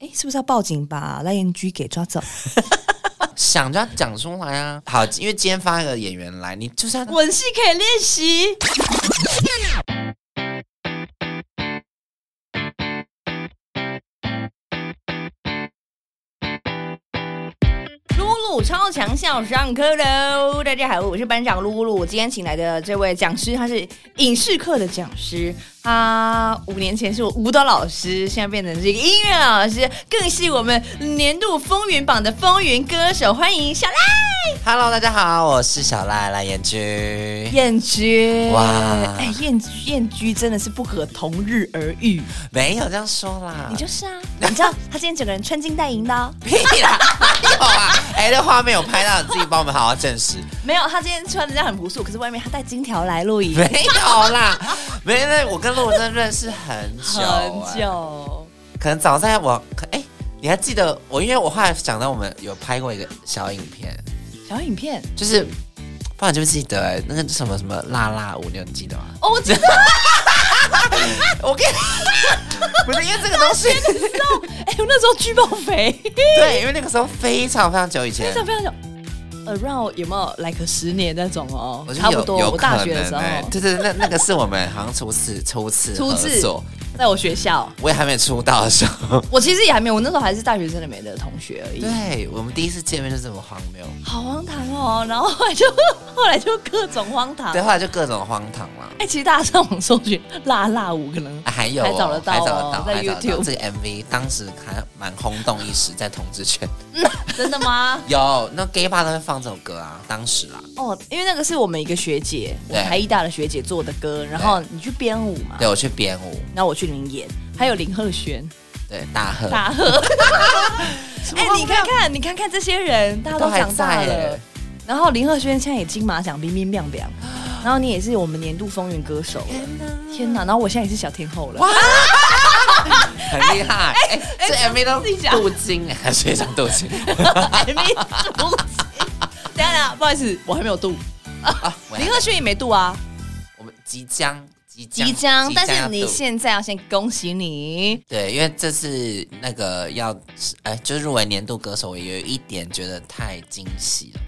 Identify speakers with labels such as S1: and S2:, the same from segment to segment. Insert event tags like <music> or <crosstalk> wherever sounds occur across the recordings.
S1: 哎，是不是要报警把赖燕居给抓走？
S2: 想就要讲出来啊。好，因为今天发一个演员来，你就是要
S3: 吻戏可以练习。露露超强校上课喽！大家好，我是班长露露。今天请来的这位讲师，他是影视课的讲师。他五年前是我舞蹈老师，现在变成是一个音乐老师，更是我们年度风云榜的风云歌手。欢迎小赖
S2: Hello，大家好，我是小赖赖燕君。
S1: 燕居
S2: 哇
S1: 哎，燕燕居真的是不可同日而语。
S2: 没有这样说啦，
S1: 你就是啊，你知道他今天整个人穿金戴银的哦、
S2: 屁啦， <laughs> 没有啊。哎、这画面有拍到，你自己帮我们好好证 <laughs> 实。
S1: <laughs> 没有，他今天穿的这样很朴素，可是外面他带金条来录 <laughs> 影，
S2: 没有啦，没那我跟陆真的认识很久、
S1: 很
S2: 哎，
S1: 久。
S2: 可能早在我可哎、你还记得我？因为我后来想到我们有拍过一个小影片，
S1: 小影片，
S2: 就是。不然你记不记得、哎那个什么什么辣辣舞，你有记得吗？
S3: 哦，我知道，
S1: <laughs>
S2: 我跟你，不是因为这个东西，
S1: 哎、我那时候巨爆肥，
S2: <laughs> 对，因为那个时候非常非常久以前
S1: 非，常非常久。around 有没有 like 十年那种哦
S2: 我？觉得
S1: 差不
S2: 有
S1: 多，
S2: 有
S1: 我大
S2: 可
S1: 学的
S2: 能
S1: 时候，
S2: 哎对对，那那个是我们好像初次初次
S1: 初
S2: 合
S1: 次
S2: 作，
S1: 在我学校，
S2: 我也还没出道的时候，
S1: <laughs> 我其实也还没有，我那时候还是大学生的美的同学而已。
S2: 对我们第一次见面就这么荒谬，
S1: 好荒唐哦！然后后来就 <laughs> 后来就各种荒唐。
S2: 对，
S1: 哎、
S2: 后来就各种荒唐嘛。
S1: 其实大家上网搜寻“辣辣舞”可能
S2: 啊还有、哦、
S1: 还找得到哦
S2: 还找得到，
S1: 在
S2: 还找得到
S1: YouTube
S2: 这个 MV 当时还蛮轰动一时，在同志圈
S1: 真的吗？
S2: 有那 gay bar 都会放这首歌啊，当时啦，
S1: <laughs> 哦，因为那个是我们一个学姐，我
S2: 对
S1: 台艺大的学姐做的歌，然后你去编舞嘛，
S2: 对我去编舞，
S1: 然后我去领演，还有林鹤轩、
S2: 对大贺
S1: 大 <laughs> 贺。哎、你看
S2: 看
S1: 看，你看看这些人，大家都长大
S2: 都还在
S1: 了
S2: 耶。
S1: 然后林鹤轩现在也金马奖冰冰亮亮，然后你也是我们年度风云歌手了。天哪！然后我现在也是小天后了。
S2: 很厉害，哎、这 MV 都
S3: 自己讲
S2: 镀金哎，谁讲镀金
S1: <laughs>
S2: <laughs>
S1: 还没度，等一下等一下，不好意思，我还没有度。
S2: 啊？我
S1: 林鹤轩也没度啊，
S2: 我们即将即将
S1: 即将。但
S2: 要
S1: 是你
S2: 镀
S1: 现在要先恭喜你，
S2: 对，因为这次那个要哎、就是入围年度歌手，我有一点觉得太惊喜了。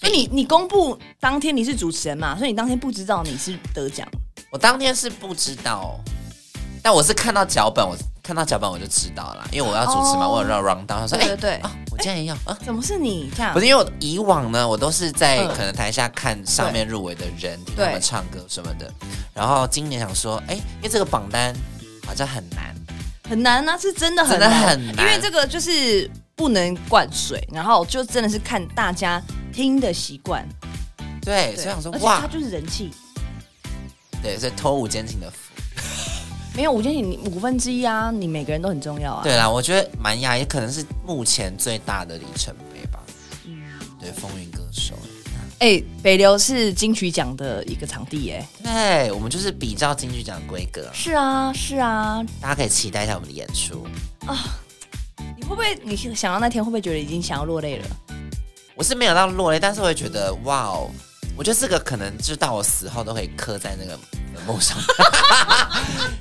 S1: 所以你你公布当天你是主持人嘛，所以你当天不知道你是得奖，
S2: 我当天是不知道，但我是看到脚本，我看到脚本我就知道了，因为我要主持嘛，
S1: 哦
S2: 我有让 round down，他说
S1: 对
S2: 哎、
S1: 对对
S2: 啊，我竟然要啊。
S1: 怎么是你这样
S2: 不？是因为我以往呢，我都是在
S1: 嗯
S2: 可能台下看上面入围的人，听他们唱歌什么的。然后今年想说，哎、因为这个榜单好像很难，
S1: 很难啊，是真的很难，
S2: 真的很难
S1: 因为这个就是不能灌水，然后就真的是看大家听的习惯。
S2: 对，
S1: 对
S2: 所以想说
S1: 而且
S2: 哇
S1: 他，就是人气，
S2: 对，所以托吴坚挺的福。
S1: 没有我觉得你五分之一啊，你每个人都很重要啊。
S2: 对啦，我觉得蛮讶异，可能是目前最大的里程碑吧。对，风云歌手。
S1: 哎、北流是金曲奖的一个场地、哎，
S2: 对，我们就是比照金曲奖的规格，
S1: 是啊，是啊，
S2: 大家可以期待一下我们的演出。
S1: 你会不会你想到那天会不会觉得已经想要落泪了？
S2: 我是没有到落泪，但是我会觉得哇哦，我觉得这个可能就到我死后都可以刻在那个坟墓上。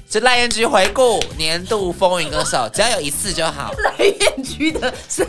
S2: 就赖燕菊回顾年度风云歌手，只要有一次就好。
S1: <laughs> 白燕区的是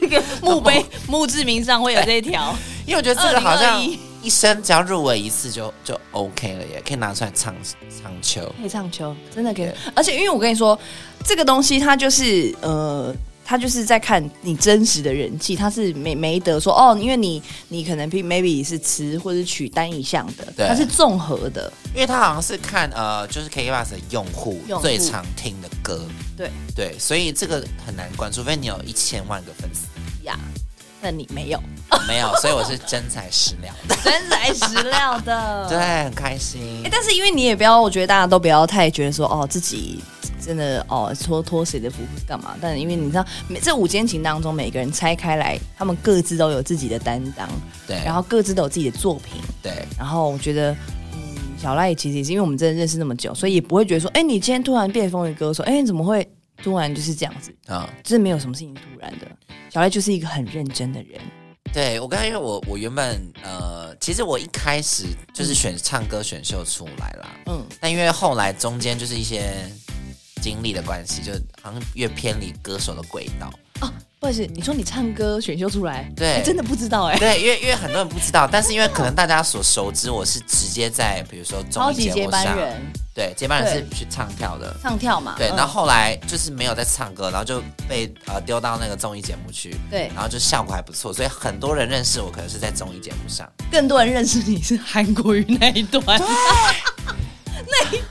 S1: 那个哦墓碑墓志铭上会有这一条，
S2: 因为我觉得这个好像
S1: 2021
S2: 一生只要入围一次就就 OK 了耶，可以拿出来唱唱秋。
S1: <laughs> 可以唱球，真的可以。而且因为我跟你说，这个东西它就是呃。它就是在看你真实的人气，它是没没得说哦，因为你你可能 maybe 是词或者曲单一项的，
S2: 对
S1: 它是综合的，
S2: 因为他好像是看呃，就是 KKBox 的用户
S1: 用户
S2: 最常听的歌，
S1: 对
S2: 对，所以这个很难关，除非你有一千万个粉
S1: <laughs>
S2: 丝，
S1: 呀。那你没有
S2: 没有，所以我是真材实
S1: <laughs>
S2: 料，
S1: 真材实料的， <laughs>
S2: 对，很开心
S1: 欸。但是因为你也不要，我觉得大家都不要太觉得说哦自己真的哦托托谁的福干嘛？但因为你知道，每这五间情当中，每个人拆开来，他们各自都有自己的担当，
S2: 对，
S1: 然后各自都有自己的作品。
S2: 对，
S1: 然后我觉得，嗯，小赖其实也是因为我们真的认识那么久，所以也不会觉得说，哎、你今天突然变风云歌手，哎、你怎么会突然就是这样子？
S2: 嗯，
S1: 真的没有什么事情突然的。小赖就是一个很认真的人，
S2: 对我刚才因为我我原本呃，其实我一开始就是选唱歌选秀出来啦，
S1: 嗯，
S2: 但因为后来中间就是一些经历的关系，就好像越偏离歌手的轨道。
S4: 哦，不好意思，你说你唱歌选秀出来，
S2: 对
S4: 哎真的不知道哎、
S2: <laughs> 对，因为因为很多人不知道，但是因为可能大家所熟知，我是直接在比如说综
S1: 超
S2: 艺
S1: 级
S2: 节
S1: 接
S2: 目
S1: 班
S2: 上，
S1: 人
S2: 对，接班人
S1: 对
S2: 是去唱跳的。
S1: 唱跳嘛，
S2: 对，
S1: 嗯
S2: 然后后来就是没有在唱歌，然后就被呃丢到那个综艺节目去，
S1: 对
S2: 然后就效果还不错，所以很多人认识我，可能是在综艺节目上。
S4: 更多人认识你是韩国瑜那一段，
S1: <laughs> 嗯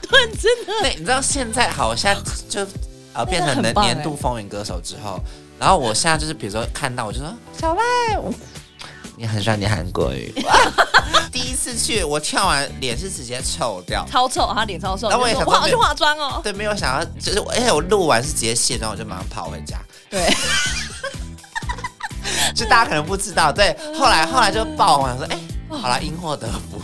S2: 对，你知道现在好，我现在就呃变成
S4: 很
S2: 了
S4: 棒
S1: 欸
S2: 年度风云歌手之后，然后我现在就是比如说看到我就说小赖，我你很喜欢念韩
S1: <laughs>
S2: 国语，第一次去我跳完脸是直接臭掉，
S1: 超臭，他脸超臭，
S2: 那我也
S1: 就说
S2: 想
S1: 我好
S2: 说
S1: 去化妆哦。
S2: <laughs> 对，没有想要就是我，而且我录完是直接卸妆，我就马上跑回家。
S1: 对，
S2: 就大家可能不知道，对，后来后来就爆红，我想说哎、好啦，因祸得福。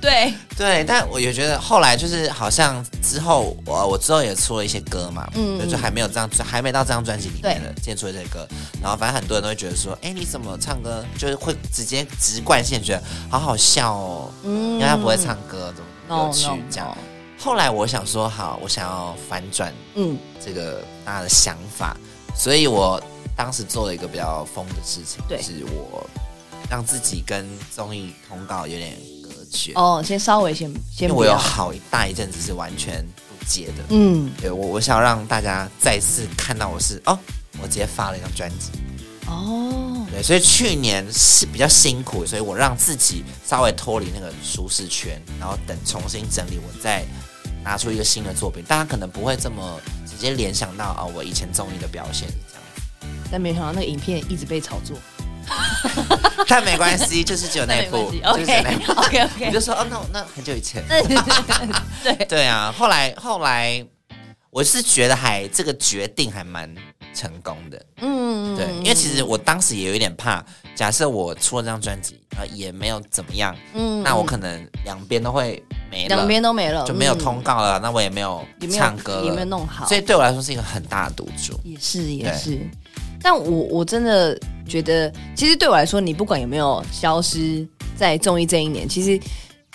S1: 对，
S2: 对，但我也觉得后来就是好像之后我我之后也出了一些歌嘛，
S1: 嗯
S2: 嗯，就还没有这张专还没到这张专辑里面
S1: 对
S2: 的，今天出了这些歌，然后反正很多人都会觉得说，哎、你怎么唱歌就是会直接直贯线，觉得好好笑哦，
S1: 嗯
S2: 因为他不会唱歌，怎么
S1: No,
S2: 有趣
S1: no,
S2: 这
S1: no
S2: 样。后来我想说，好，我想要反转
S1: 嗯，
S2: 这个大家的想法，所以我当时做了一个比较疯的事情，
S1: 对
S2: 就是我让自己跟综艺通告有点隔绝，
S1: 哦，先稍微先
S2: 因
S1: 先
S2: 为
S1: 不
S2: 我有
S1: 要，
S2: 好一大一阵子是完全不接的。
S1: 嗯，
S2: 对我，我想让大家再次看到我是哦，我直接发了一张专辑。
S1: 哦，
S2: 对，所以去年是比较辛苦，所以我让自己稍微脱离那个舒适圈，然后等重新整理，我再拿出一个新的作品。大家可能不会这么直接联想到啊、我以前综艺的表现是这样子，
S1: 但没想到那个影片一直被炒作，
S2: 但没关
S1: <laughs>
S2: 系，就是只有那一部，就是只有那一部。
S1: ，OK
S2: 你
S1: OK，
S2: <laughs> 就说哦，那我那很久以前，
S1: 对，
S2: 对啊，后来后来，我是觉得还这个决定还蛮成功的，
S1: 嗯，
S2: 对，因为其实我当时也有一点怕，假设我出了这张专辑，然后也没有怎么样，
S1: 嗯
S2: 那我可能两边都会没了，
S1: 两边都没了，
S2: 就没有
S1: 嗯
S2: 通告了，那我也没有
S1: 也没有
S2: 唱歌了，
S1: 也没有弄好，
S2: 所以对我来说是一个很大的赌注。
S1: 也是也
S2: 对
S1: 是，但我我真的觉得，其实对我来说，你不管有没有消失在综艺这一年，其实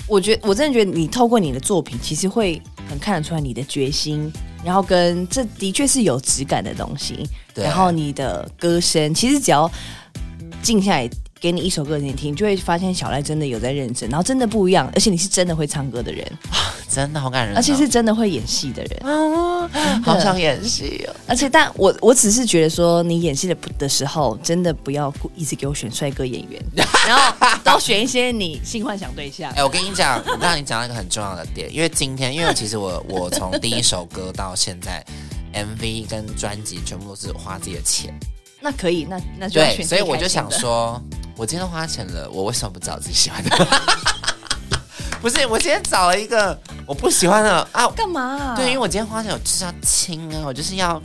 S1: 我觉我真的觉得你透过你的作品，其实会很看得出来你的决心，然后跟这的确是有质感的东西，
S2: 对
S1: 然后你的歌声，其实只要静下来。给你一首歌你听，你就会发现小赖真的有在认真，然后真的不一样，而且你是真的会唱歌的人，
S2: 真的好感人哦、
S1: 而且是真的会演戏的人。
S2: 啊， <laughs> 好想演戏哦。
S1: 而且，但我我只是觉得说，你演戏的不的时候，真的不要故一直给我选帅哥演
S2: <laughs>
S1: 员，然后都选一些你性幻想对象
S2: 哎、。我跟你讲， <laughs> 我让你讲到一个很重要的点，因为今天，因为其实我我从第一首歌到现在，MV 跟专辑全部都是花自己的钱，
S1: 那可以，那那就要选
S2: 对，
S1: 自己
S2: 所以我就想
S1: 开心的，
S2: 说，我今天都花钱了，我为什么不找自己喜欢的？ <laughs> 不是，我今天找了一个我不喜欢的啊，
S1: 干嘛啊、
S2: 对，因为我今天花钱，我就是要亲啊，我就是要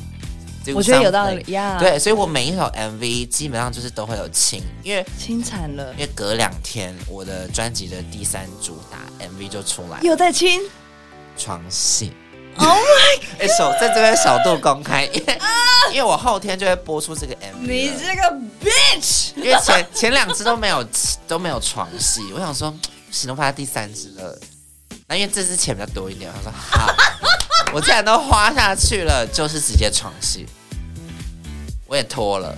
S2: do
S1: 我觉得有
S2: something
S1: 道理呀，，
S2: 对，所以我每一首 MV 基本上就是都会有亲，因为
S1: 清惨了
S2: 因，为隔两天我的专辑的第三主打 MV 就出来了，
S1: 又在
S2: <laughs>
S1: 亲，
S2: 床戏。Oh my！哎、首在这边首度公开，因
S1: <laughs>
S2: 为、因为我后天就会播出这个 MV 了。
S1: 啊你这个 bitch，
S2: 因为前 <laughs> 前两只都没有都没有床戏，我想说嗯始终拍到第三只了，那因为这只钱比较多一点，我
S1: <laughs>
S2: 说好，我既然都花下去了，就是直接床戏，我也脱了，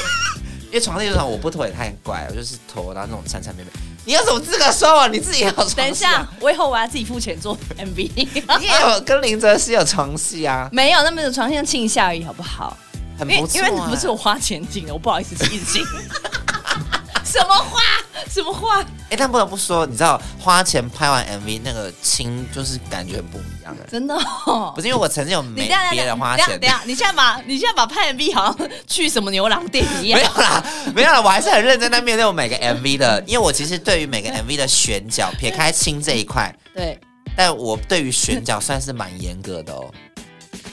S2: <laughs> 因为床戏这种我不脱也太怪，我就是脱，然后那种缠缠绵绵，你有什么资格说我？你自己也有床戏、啊
S1: 等一下，，我以后我要自己付钱做 MV，
S2: 你也有跟林哲熙有床戏啊，
S1: <laughs> 没有那么有床先亲一下而已，好不好？
S2: 很
S1: 因
S2: 不
S1: 为
S2: 错、
S1: 因
S2: 啊
S1: 为你不是我花钱请的，我不好意思一直
S2: <laughs>
S1: 请。什么话？什么话？
S2: 哎、但不得不说，你知道花钱拍完 MV 那个亲，就是感觉不一样的。
S1: 真的、哦？
S2: 不是因为我曾经有
S1: 你
S2: 没
S1: 这样
S2: 别人花钱
S1: 等一，下，你现在把你现在把拍 MV 好像去什么牛郎店一样
S2: <laughs> 没有。啦，没有啦，我还是很认真在面对我每个 MV 的，因为我其实对于每个 MV 的选角，撇开亲这一块，
S1: 对，
S2: 但我对于选角算是蛮严格的哦。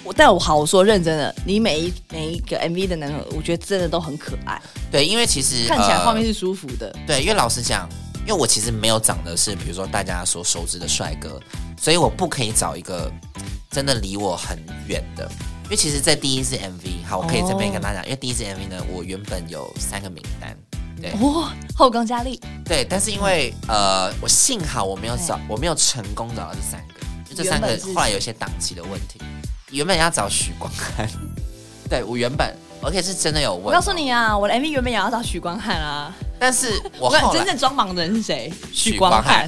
S1: 我但我好我说认真的，你每一每一个 MV 的男友，我觉得真的都很可爱，
S2: 对，因为其实
S1: 看起来
S2: 呃
S1: 画面是舒服的。
S2: 对，因为老实讲，因为我其实没有长得是比如说大家所熟知的帅哥，所以我不可以找一个真的离我很远的。因为其实，在第一支 MV，好，我可以这
S1: 哦
S2: 边跟大家讲，因为第一支 MV 呢，我原本有三个名单，对，
S1: 哇、后宫佳丽
S2: <laughs> 对，但是因为呃，我幸好我没有找，我没有成功找到这三个，就这三个
S1: 原本是
S2: 后来有一些档期的问题，原本要找许光汉， <laughs> 对我原本而且是真的有问，
S1: 我告诉，你啊，我的 MV 原本也要找许光汉啊，
S2: 但是我
S1: 我看
S2: 哦后
S1: 真
S2: 来
S1: 正装忙的人是谁？
S2: 许
S1: 光
S2: 光汉，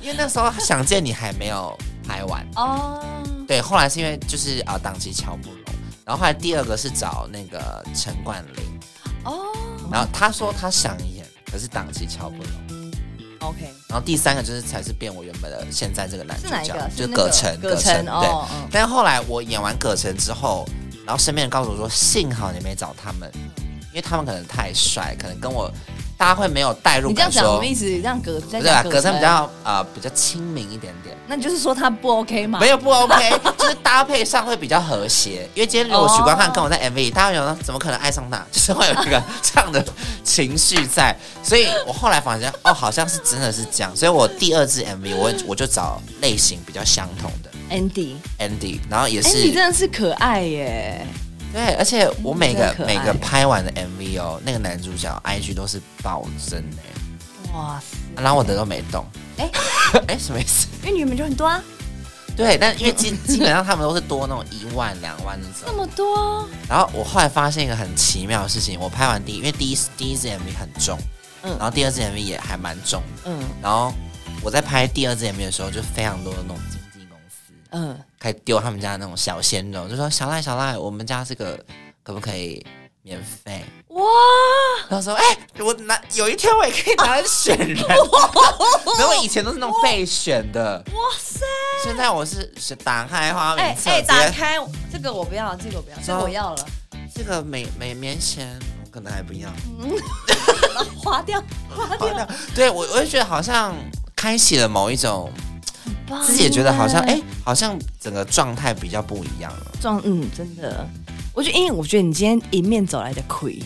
S2: 因为那时候想见你还没有拍完，
S1: 哦，
S2: 对，后来是因为就是啊档期敲不拢，然后后来第二个是找那个陈冠霖，
S1: 哦
S2: 然后他说他想演，可是档期敲不拢。
S1: ，OK，
S2: 然后第三个就是才是变我原本的现在这个男主
S1: 是哪一
S2: 角
S1: 个，？
S2: 就是
S1: 那
S2: 葛
S1: 个
S2: 晨，
S1: 葛
S2: 晨
S1: 晨
S2: 对。
S1: 哦，嗯
S2: 但后来我演完葛晨之后，然后身边人告诉我说，幸好你没找他们，因为他们可能太帅，可能跟我大家会没有代入
S1: 你这样
S2: 感
S1: 讲什
S2: 说
S1: 么，意思？这样葛在
S2: 对啊，
S1: 讲
S2: 葛晨
S1: 晨
S2: 比，较呃比较亲民一点点。
S1: 那你就是说他不 OK 嘛？
S2: <laughs> 没有不
S1: <laughs>
S2: OK，就是搭配上会比较和谐。因为今天如果许光汉
S1: 哦
S2: 跟我在 MV，、大家有呢怎么可能爱上他？ <laughs> 就是会有一个这样的情绪在。所以我后来发现，哦，好像是真的是这样。所以我第二支 MV，我我就找类型比较相同的
S1: Andy，
S2: Andy，然后也是、
S1: Andy 真的是可爱耶，
S2: 对，而且我每
S1: 真
S2: 个
S1: 的可爱
S2: 每个拍完的 MV 哦，那个男主角 IG 都是暴增哎、
S1: 哇塞！
S2: 然后我的都没
S1: <laughs>
S2: 动。
S1: 哎
S2: 哎，什么意思？
S1: 因为你们就很多啊，
S2: 对，但因为基基本上他们都是多那种一万两万那种
S1: 那。么多，啊
S2: 然后我后来发现一个很奇妙的事情，我拍完第一，因为第一第一支 MV 很重，
S1: 嗯
S2: 然后第二支 MV 也还蛮重的，
S1: 嗯
S2: 然后我在拍第二支 MV 的时候，就非常多的那种经纪公司
S1: 嗯，
S2: 开始丢他们家那种小鲜肉，就说小赖小赖，我们家这个可不可以免费？
S1: 哇，
S2: 然后说，哎、我拿有一天我也可以拿来选人，
S1: <laughs> 哎
S2: 然后我以前都是那种备选的，
S1: 哇塞！
S2: 现在我是是打开花名
S1: 哎
S2: 册，
S1: 哎，
S2: 直
S1: 打
S2: 接
S1: 开这个我不要，这个我不要，这个我要了，
S2: 这个每每年前我可能还不要。
S1: <laughs> 划掉，划
S2: 好
S1: 掉，
S2: 那对我，我就觉得好像开启了某一种，
S1: 棒
S2: 自己也觉得好像
S1: 耶
S2: 哎、好像整个状态比较不一样了。
S1: 撞，嗯，真的，我觉得，因为我觉得你今天迎面走来的魁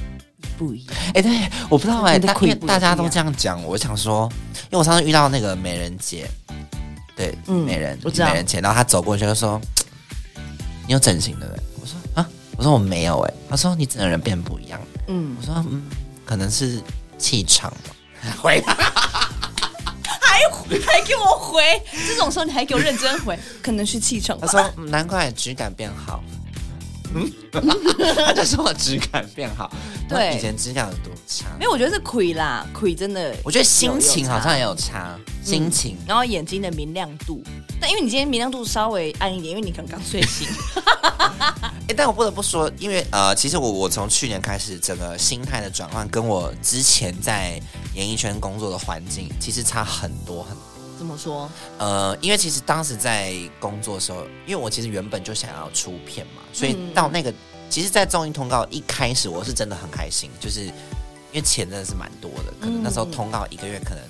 S1: 不一样，
S2: 哎、对，我不知道哎、
S1: 真的
S2: 大
S1: 会
S2: 因为
S1: 不
S2: 大
S1: 一
S2: 家都
S1: 样
S2: 这样讲，我想说，因为我上次遇到那个美人姐，对，
S1: 嗯
S2: 美人，
S1: 我知道
S2: 美人姐，然后她走过去就说：“你有整形对不对？”我说：“啊，我说我没有哎、她说：“你整个人变不一样。”
S1: 嗯，
S2: 我说：“嗯，可能是气场吧。”
S1: <laughs>
S2: 回答
S1: 还还给我回，这种时候你还给我认真回， <laughs> 可能是气场
S2: 他
S1: 吧，
S2: 说：“嗯难怪质感变好。”嗯， <laughs> 他就说我质感变好。
S1: 对
S2: 那以前质感有多差？
S1: 没有，我觉得是魁啦，魁真的，
S2: 我觉得心情好像也有差，
S1: 差
S2: 心情。
S1: 然后眼睛的明亮度，但因为你今天明亮度稍微暗一点，因为你刚刚睡醒，
S2: 哎、但我不得不说，因为呃，其实我我从去年开始，整个心态的转换跟我之前在演艺圈工作的环境其实差很多很多。
S1: <laughs> 怎么说？
S2: 呃，因为其实当时在工作的时候，因为我其实原本就想要出片嘛，所以
S1: 嗯
S2: 到那个，其实，在综艺通告一开始，我是真的很开心，就是因为钱真的是蛮多的，可能那时候
S1: 嗯
S2: 通告一个月可能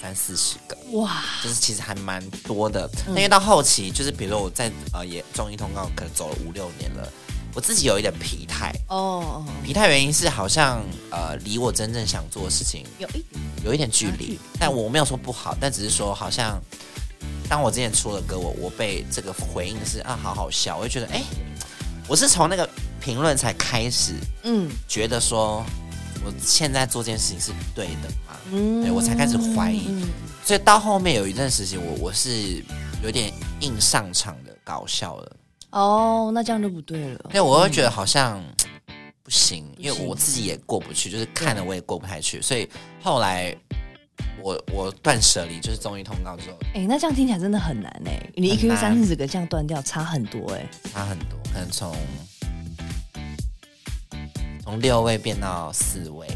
S2: 三四十个，
S1: 哇，
S2: 就是其实还蛮多的。
S1: 嗯
S2: 但因为到后期，就是比如说我在呃也综艺通告可能走了五六年了，我自己有一点疲态，
S1: 哦，
S2: 疲态原因是好像呃离我真正想做的事情
S1: 有一点，
S2: 有一点距离，但我没有说不好，但只是说好像，当我之前出了歌，我我被这个回应是啊，好好笑，我就觉得哎、我是从那个评论才开始
S1: 嗯
S2: 觉得说，我现在做这件事情是对的吗？
S1: 嗯
S2: 对我才开始怀疑
S1: 嗯
S2: 所以到后面有一段时间，我我是有点硬上场的搞笑了，
S1: 哦，那这样就不对了
S2: 因。为我会觉得好像。嗯不行，因为
S1: 不行
S2: 我自己也过不去，就是看了我也过不太去，所以后来我我断舍离，就是综艺通告之后，
S1: 哎、那这样听起来真的很难哎、你一个月三四十个这样断掉，差很多哎、
S2: 差很多，可能从从六位变到四位。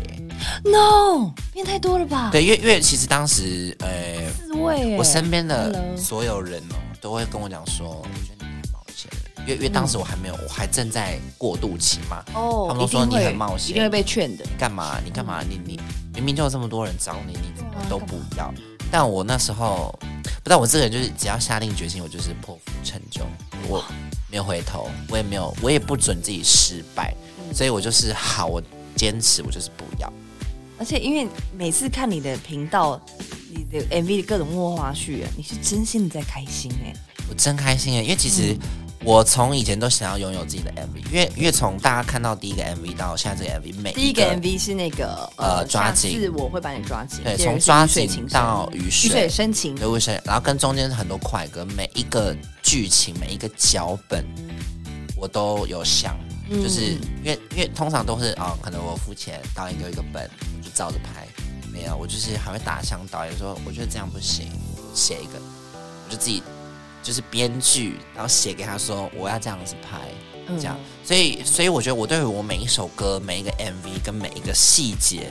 S1: No，变太多了吧？，
S2: 嗯对，因为因为其实当时，呃，
S1: 四位哎、
S2: 我身边的
S1: Hello
S2: 所有人哦，都会跟我讲说，我觉得你太冒险了，因为因为当时我还没有，我还正在过渡期嘛。
S1: 哦
S2: 他们都说
S1: 一定会
S2: 你很冒险
S1: 一定会被劝的。
S2: 你干嘛？你干嘛？
S3: 嗯
S2: 你你明明就有这么多人找你，你怎
S3: 啊
S2: 么都不要？但我那时候，不知道我这个人就是只要下定决心，我就是破釜沉舟，我没有回头，我也没有，我也不准自己失败，
S3: 嗯
S2: 所以我就是好，我坚持，我就是不要。
S1: 而且因为每次看你的频道，你的 MV 的各种幕后花絮，你是真心的在开心哎、
S3: 嗯
S2: 我真开心耶，因为其实我从以前都想要拥有自己的 MV，因为因为从大家看到第一个 MV 到现在这个 MV，每
S3: 第一
S2: 一
S3: 个
S2: 个
S3: MV 是那个
S2: 呃抓紧
S3: 下次我会把你抓紧。
S2: 对，
S3: 第二个
S2: 从
S3: 是
S2: 抓
S3: 雨水
S2: 紧
S3: 情深
S2: 到雨
S3: 雨水
S2: 水，
S3: 深情，
S2: 对，卫生，然后跟中间很多快歌，每一个剧情、每一个脚本，我都有想，就是因为因为通常都是哦，可能我付钱，导演给我一个本，我就照着拍，没有，我就是还会打向导演说，我觉得这样不行，写一个，我就自己就是编剧，然后写给他说我要这样子拍，
S1: 嗯
S2: 这样，所以所以我觉得我对我每一首歌、每一个 MV 跟每一个细节。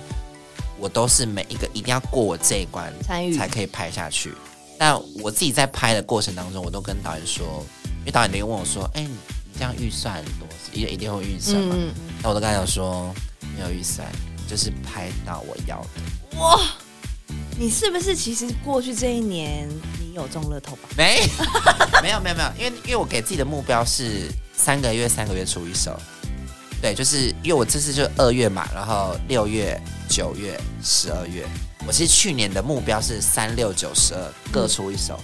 S2: 我都是每一个一定要过我这一关，
S3: 参与
S2: 才可以拍下去。但我自己在拍的过程当中，我都跟导演说，因为导演都会问我说：“哎、你这样预算多少，一定一定会有预算嘛。
S3: 嗯，
S2: 那我都跟他讲说：“没有预算，就是拍到我要的。
S1: 你是不是其实过去这一年你有中乐透吧？
S2: 没” <laughs> 没有没有没有，因为因为我给自己的目标是三个月三个月出一首。对，就是因为我这次就二月嘛，然后六月、九月、十二月，我其实去年的目标是三六九十二各出一首，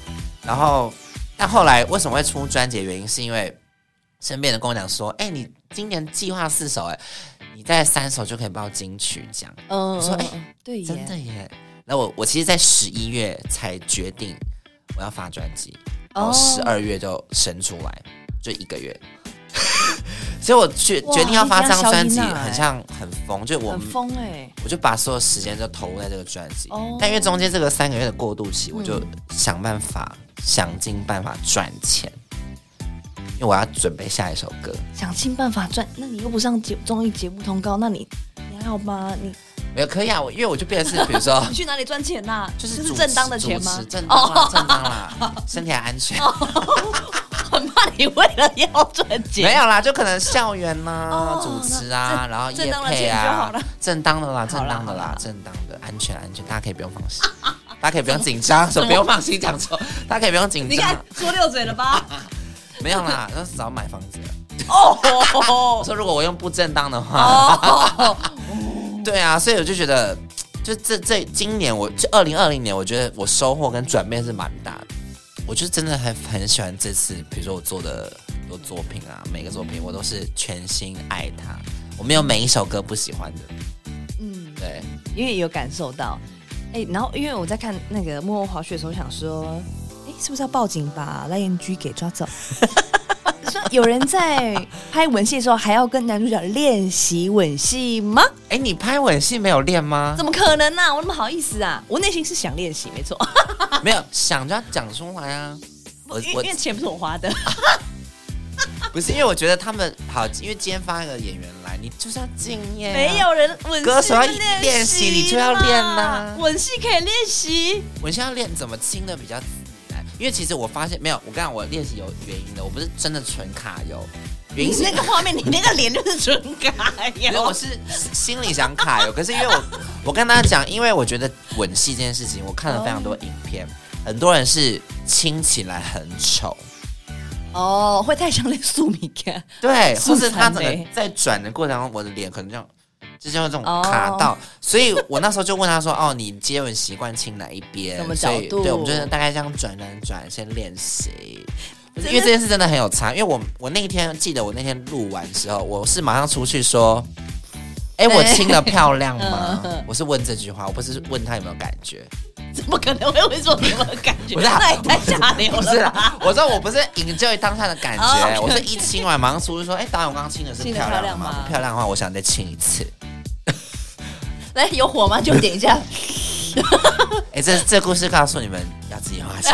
S2: 然后但后来为什么会出专辑？的原因是因为身边的跟我讲说，哎、你今年计划四首、哎，你在三首就可以报金曲奖。
S1: 嗯，
S2: 我说哎、
S1: 对
S2: 真的
S1: 耶，
S2: 耶！然后我我其实，在十一月才决定我要发专辑，然后
S1: 哦
S2: 十二月就生出来，就一个月。 <laughs> 所以我决
S1: 哇
S2: 决定要发这张专辑，
S1: 你这样小姨奶
S2: 很像很疯，就我
S1: 哎很疯哎、
S2: 我就把所有时间都投入在这个专辑。
S1: 哦嗯
S2: 但因为中间这个三个月的过渡期，我就想办法、想尽办法赚钱，因为我要准备下一首歌。
S1: 想尽办法赚。那你又不上节综艺节目通告，那你你还好吗？你
S2: 没有可以啊，我因为我就变成是，比
S1: <laughs>
S2: 如说
S1: 你去哪里赚钱呐、
S2: 就是
S1: 这
S2: 主
S1: 是
S2: 持
S1: 正当的钱
S2: 主
S1: 吗哦 <laughs>
S2: 持？正当啦，正当啦，身体还安全。
S1: 很怕你为了要赚钱
S2: 没有啦，就可能校园呐、
S1: 哦
S2: 主持啊，然后
S1: 正
S2: 夜
S1: 当的
S2: 配
S1: 钱就
S2: 啊
S1: 好了，
S2: 正当的啦，正当的啦，正当的，安全安全，大家可以不用放心，大家可以不用紧张，说不用放心讲错，大家可以不用紧
S1: 你
S2: 张
S1: 看，说溜嘴了吧？
S2: <laughs> 没有啦，那是早买房子了。我 <laughs>
S1: 哦，
S2: 说如果我用不正当的话，对啊，所以我就觉得，就这这今年我这二零二零年，我觉得我收获跟转变是蛮大的。我就真的很很喜欢这次，比如说我做的很多作品啊，每个作品我都是全心爱它，我没有每一首歌不喜欢的。
S1: 嗯，
S2: 对，
S1: 因为有感受到，哎、然后因为我在看那个幕后滑雪的时候，想说，哎、是不是要报警把赖燕居给抓
S2: <laughs>
S1: 走？说有人在拍吻戏的时候还要跟男主角练习吻戏吗？
S2: 哎，你拍吻戏没有练吗？
S1: 怎么可能呢、啊？我那么好意思啊？我内心是想练习，没错，
S2: 没有，想就要讲出来啊。我
S1: 因
S2: 我
S1: 为因为钱不是我花的。
S2: 不是因为我觉得他们好，因为今天发一个演员来，你就是要敬业、啊。
S1: 没有人吻戏
S2: 歌手要
S1: 就
S2: 练习你就要
S1: 啦
S2: 练呐
S1: 吻戏可以练习，
S2: 我现在练怎么清的比较自然，因为其实我发现没有，我刚刚我练习有原因的，我不是真的纯卡油，原因
S1: 你
S2: 是
S1: 那个画面，你那个脸就是纯啊卡
S2: 因为
S1: 呀。
S2: 我是心里想卡油，可是因为我我跟大家讲，因为我觉得吻戏这件事情，我看了非
S1: 哦
S2: 常多影片，很多人是亲起来很丑，
S1: 哦，会太像那素米干。
S2: 对，
S1: 素
S2: 或是他整
S1: 材
S2: 个
S1: 美
S2: 在转的过程中，我的脸可能这样。就是有这种
S1: 哦
S2: 卡到所以我那时候就问他说：“哦，你接吻习惯亲哪一边？
S1: 什么
S2: 所以
S1: 角度
S2: 对，我们就是大概这样转转转，先练习。
S1: 真的
S2: 因为这件事真的很有差，因为我我那一天记得我那天录完之后，我是马上出去说：“哎、我亲的漂亮
S1: <laughs>
S2: 吗？”
S1: 嗯
S2: 我是问这句话，我不是问他有没有感觉。
S1: 怎么可能会会说什么感
S2: <laughs>
S1: 觉？
S2: 不是啊
S1: 那也太下流
S2: <laughs> 不是
S1: 了
S2: 啦
S1: 吧！，
S2: 我说我不是 enjoy 当下的感 <laughs> 觉，
S1: 哦，OK
S2: 我是一亲完马上出去说，哎、导演，我刚刚亲的是
S1: 亲得
S2: 漂亮
S1: 漂亮
S2: 吗？
S1: 吗
S2: 不漂亮的话，我想再亲一次。
S1: 来，有火吗？就点一
S2: <laughs>
S1: 下。
S2: 哎、这这故事告诉你们要自己花钱。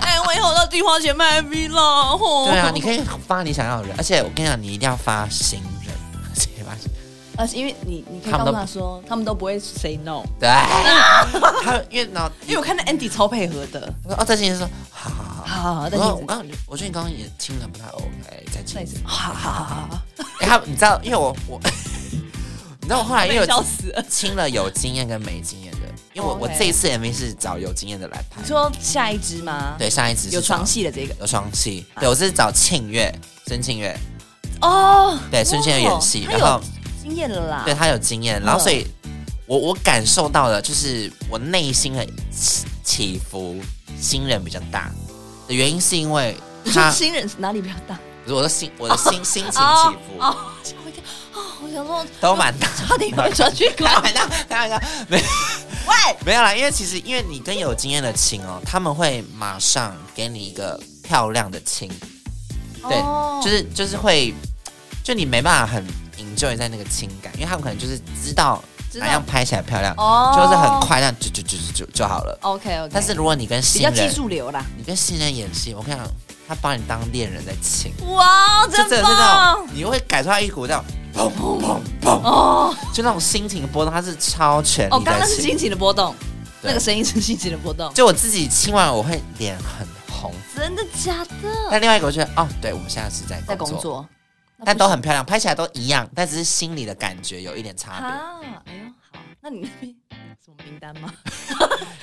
S1: 哎，我以后到地花钱卖 MV 了。吼
S2: <laughs> 对 <laughs> 啊，你可以发你想要的人，而且我跟你讲，你一定要发新 <laughs> 人，直接发新
S1: 而呃且因为你，你可以
S2: 他们
S1: 告
S2: 都
S1: 诉他
S2: 嗯
S1: 说，他们都不会 say no，
S2: <laughs> 对，他因为然后
S1: 因为我看到 Andy 超配合的。
S2: 我说哦，再亲一次，说好好好。
S1: 好好好，
S2: 我
S1: 再
S2: 说
S1: 见
S2: 哦我。刚，我觉得你刚刚也亲的不太 OK，再亲
S1: 再
S2: 一
S1: 见
S2: <laughs> 次。
S1: 好好好好好，
S2: 哎、他你知道，因为我我， <laughs> 你知道我后来哎因为
S1: 被
S2: 我
S1: 笑死了。
S2: 亲了有经验跟没经验的，因为我、
S3: 哦
S1: OK
S2: 我这一次 MV 是找有经验的来拍
S1: 你。说下一支吗？，
S2: 对，上一次是
S1: 有床
S2: 找
S1: 戏的这个。
S2: 有床戏，
S3: 啊
S2: 对我是找庆月，孙庆月，
S1: 哦，
S2: 对孙庆月演戏，
S1: 哇
S2: 然后。
S1: 他有经验了
S3: 啊
S1: 啦。
S2: 对他有经验，然后
S1: 嗯
S2: 所以我我感受到的就是我内心的起起伏，新人比较大的原因是因为
S1: 你说
S2: 他
S3: <laughs>
S1: 新人哪里比较大？
S2: 我的心我的心心情起伏
S3: 哦，吓我一跳！哦，我想说，
S2: 都蛮大。
S3: 差点被抓去关
S2: <laughs> 开。玩笑，开玩笑，没
S3: 喂，
S2: 没有啦，因为其实因为你跟有经验的亲哦，他们会马上给你一个漂亮的亲，对，
S3: 哦
S2: 就是就是会，就你没办法很 enjoy 在那个情感，因为他们可能就是知道
S3: 知道
S2: 哪样拍起来漂亮，
S3: 哦
S2: 就是很快，那就就就就就就好了。
S3: OK OK，
S2: 但是如果你跟
S3: 比
S2: 新
S3: 较
S2: 人，
S3: 技术流啦。
S2: 你跟新人演戏，我跟你讲，他把你当恋人在亲，
S3: 哇，
S2: 就真的
S3: 真
S2: 是那
S3: 棒
S2: 种，你会感受到一股那种砰砰砰砰，
S3: 哦！
S2: 就那种心情波动，他是超全
S3: 哦，
S2: 力
S3: 刚
S2: 在
S3: 刚是
S2: 亲。
S3: 心情的波动，
S2: 对
S3: 那个声音是心情的波动，
S2: 就我自己亲完我会脸很红，
S3: 真的假的？
S2: 但另外一个我觉得哦，对我们现在是在
S3: 在
S2: 工
S3: 工
S2: 作，
S3: 作，
S2: 但都很漂亮，拍起来都一样，但只是心里的感觉有一点差别。
S3: 啊，哎呦，好，那你那边有什么名单吗？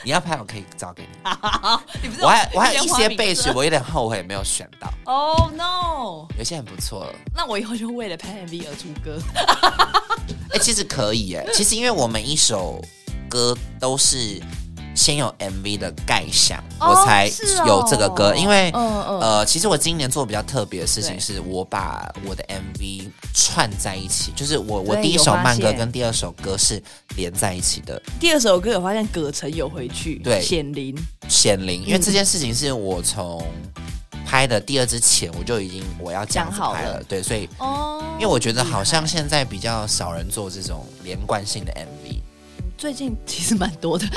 S2: 你要拍，我可以找给
S3: 啊
S2: 你。
S3: <laughs> 你不是
S2: 我还我还有一
S3: 莲花
S2: 些
S3: 名
S2: 备
S3: 册
S2: 选，我有点后悔没有选到，
S3: Oh no！
S2: 有些很不错。
S3: 那我以后就为了拍 MV 而出歌。
S2: 哎、其实可
S3: <laughs>
S2: 以哎、其实因为我们一首歌都是先有 MV 的概想，
S3: 哦
S2: 我才
S3: 是哦
S2: 有这个歌。因为、
S3: 嗯嗯
S2: 呃，其实我今年做比较特别的事情
S3: 对
S2: 是，我把我的 MV 串在一起，就是我我
S1: 对
S2: 第一
S1: 有
S2: 首
S1: 发
S2: 慢歌
S1: 现
S2: 跟第二首歌是连在一起的。
S1: 第二首歌有发现葛城有回去，
S2: 对
S1: 显灵，
S2: 显灵，
S1: 嗯
S2: 因为这件事情是我从拍的第二支前我就已经我要这样子
S1: 讲好
S2: 拍了，
S1: 了
S2: 对，所以
S3: 哦
S2: 因为我觉得好像现在比较少人做这种连贯性的
S1: <laughs>
S2: MV，
S1: 最近其实蛮多的，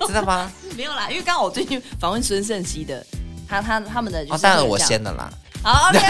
S2: 真的
S1: <laughs>
S2: 吗？
S1: 没有啦，因为刚好我最近访问孙盛熙的，他他他们的就
S2: 哦，
S1: 是
S2: 当然我
S1: 这样哦
S2: 先的啦，
S3: 好 OK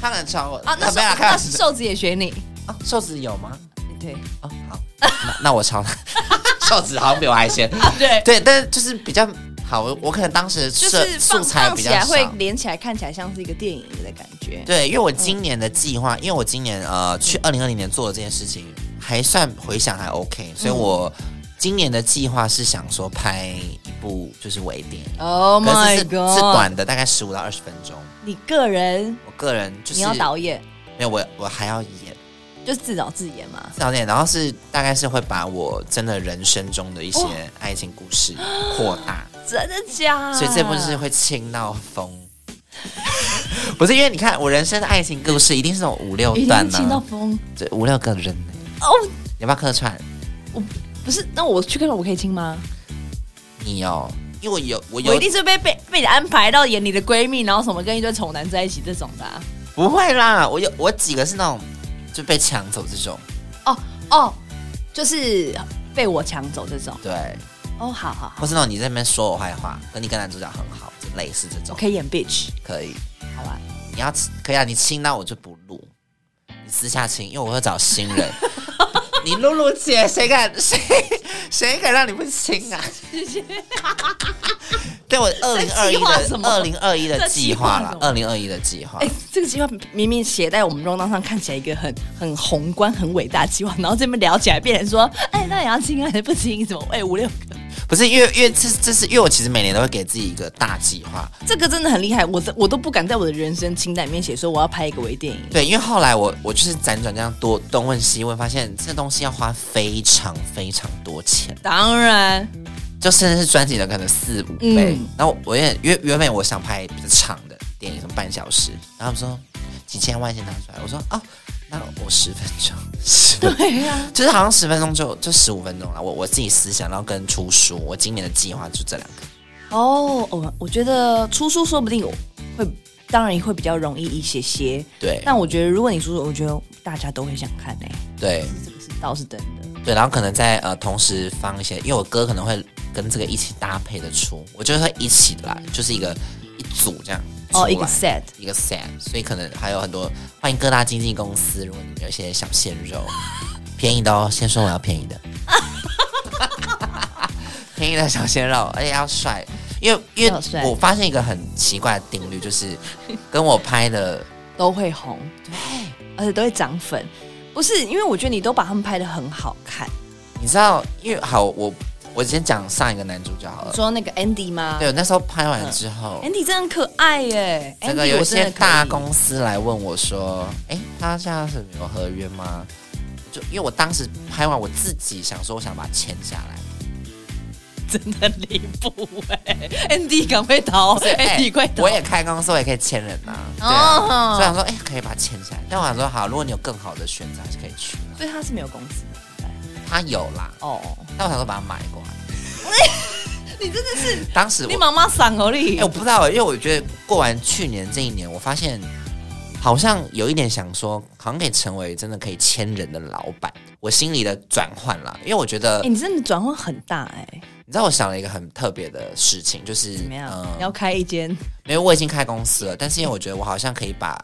S2: 他能超我 <laughs>
S3: 好，那
S2: 没有啦
S3: 瘦
S2: 开玩
S3: 那
S2: 笑
S3: 瘦子也选你，
S2: 啊，瘦子有吗？
S1: 对，
S2: 哦，好，那那我超他， <laughs> 瘦子好像比我还先，
S1: 对
S2: 对，但是就是比较好，我我可能当时
S1: 就
S2: 摄
S1: 是
S2: 素
S1: 放
S2: 材
S1: 放
S2: 比
S1: 起
S2: 较
S1: 来
S2: 少
S1: 会。嗯连起来，看起来像是一个电影的感觉。
S2: 对，因为我今年的计划，因为我今年呃去二零二零年做的这件事情还算回想还 OK，所以
S1: 嗯
S2: 我今年的计划是想说拍一部就是微电影，
S1: Oh
S2: 可是
S1: my
S2: 是
S1: god！
S2: 是短的，大概十五到二十分钟。
S1: 你个人
S2: 我个人就是
S1: 你要导演，
S2: 没有我我还要演
S1: 就是自导自演嘛。
S2: 导演，然后是大概是会把我真的人生中的一些爱情故事扩大，
S1: 真的假？
S2: 所以这部
S1: 嗯
S2: 就是会轻到疯。 <laughs> 不是因为你看我人生的爱情故事一定是那种五六
S1: 一
S2: 段
S1: 定
S2: 呢、
S1: 亲到疯
S2: 这五六个人呢、
S1: 哦！
S2: 你要不要客串？
S1: 不是，那我去看了，我可以亲吗？
S2: 你哦，因为我有我有
S1: 我一定是被被被你安排到演你的闺蜜，然后什么跟一堆丑男在一起这种的啊、
S2: 不会啦，我有我几个是那种就被抢走这种，
S1: 哦，就是被我抢走这种。
S2: 对，
S1: 哦，好好好，
S2: 或是那种你在那边说我坏话，跟你跟男主角很好，就类似这
S1: 我
S2: 种
S1: 可以演 bitch，
S2: 可以。
S1: 好啊吧？
S2: 你要可以啊，你亲到我就不录，你私下亲，因为我会找新
S1: <laughs>
S2: 人。你露露姐，谁敢谁谁敢让你不亲啊？对我二零二
S1: <laughs> 计划
S2: 一
S1: 什
S2: 的
S1: 么
S2: 二零二一的
S1: 在
S2: 计
S1: 计
S2: 划
S1: 划
S2: 啦
S1: 什，么
S2: 二零二一的计划
S1: 哎、。这个计划明明写在我们 round 上看起来一个很很宏观、很伟大的计划，然后这边聊起来变成说，哎、那也要亲啊，不亲什么？哎、五六个，
S2: 不是因为因为这这是因为我其实每年都会给自己一个大计划，
S1: 这个真的很厉害，我我都不敢在我的人生清单里面写说我要拍一个微电影。
S2: 对，因为后来我我就是辗转这样多东问西问，发现这东西要花非常非常多钱，
S1: 当然，
S2: 就甚至是专辑的可能四五
S1: 嗯
S2: 倍。然后我也原原本我想拍比较长的电影，什么半小时，然后他们说几千万先拿出来，我说哦，那我十分钟，十分
S1: 对啊呀、
S2: 就是好像十分钟就就十五分钟了。我我自己思想，然后跟出书，我今年的计划就这两个。
S1: 哦，我我觉得出书说不定会，当然会比较容易一些些。
S2: 对
S1: 但我觉得如果你出书，我觉得大家都会想看欸诶、
S2: 对
S1: 这个是倒是真的。
S2: 对，然后可能在呃同时放一些，因为我歌可能会跟这个一起搭配的出，我觉得会一起的啦，就是一个一组这样出
S1: 哦，
S2: 来
S1: 一个 set，
S2: 一个 set，所以可能还有很多欢迎各大经纪公司，如果你们有一些小鲜肉，便宜的哦，先说我要便宜的， <laughs> 便宜的小鲜肉，而且要帅，因为因
S1: 要
S2: 为
S1: 帅
S2: 我发现一个很奇怪的定律，就是跟我拍的
S1: 都会红，对，而且都会涨粉。不是，因为我觉得你都把他们拍的很好看。
S2: 你知道，因为好我我先讲上一个男主角好了，
S1: 说那个 Andy 吗？
S2: 呃对，我那时候拍完之后。
S1: ，Andy 真的很可爱耶。
S2: 这个
S1: 嗯哎 Andy
S2: 有一
S1: 我真
S2: 些
S1: 的可以
S2: 大公司来问我说：“哎、他现在是有合约吗？”就因为我当时拍完，我自己想说，我想把它签下来，
S3: 真的很离谱哎！Andy 赶快逃，Andy
S1: 哦哎
S3: 快逃！
S2: 哎我也开公司，我也可以签人呐、啊。对啊
S3: 哦
S2: 所以我想说，哎、可以把它签下来。但我想说，好，如果你有更好的选择，还是可以去。
S1: 所以他是没有公司的
S2: 他有啦，
S1: 哦。
S2: 但我想说把它买过来。
S3: 你真的是，
S2: 当时我
S3: 你妈妈赏哦你
S2: 哎、我！不知道、因为我觉得过完去年这一年，我发现好像有一点想说，好像可以成为真的可以签人的老板，我心里的转换啦。因为我觉得，
S1: 哎、你真的转换很大哎、
S2: 你知道，我想了一个很特别的事情，就是
S1: 怎么样？
S2: 嗯
S1: 你要开一间
S2: 因为我已经开公司了，但是因为我觉得我好像可以把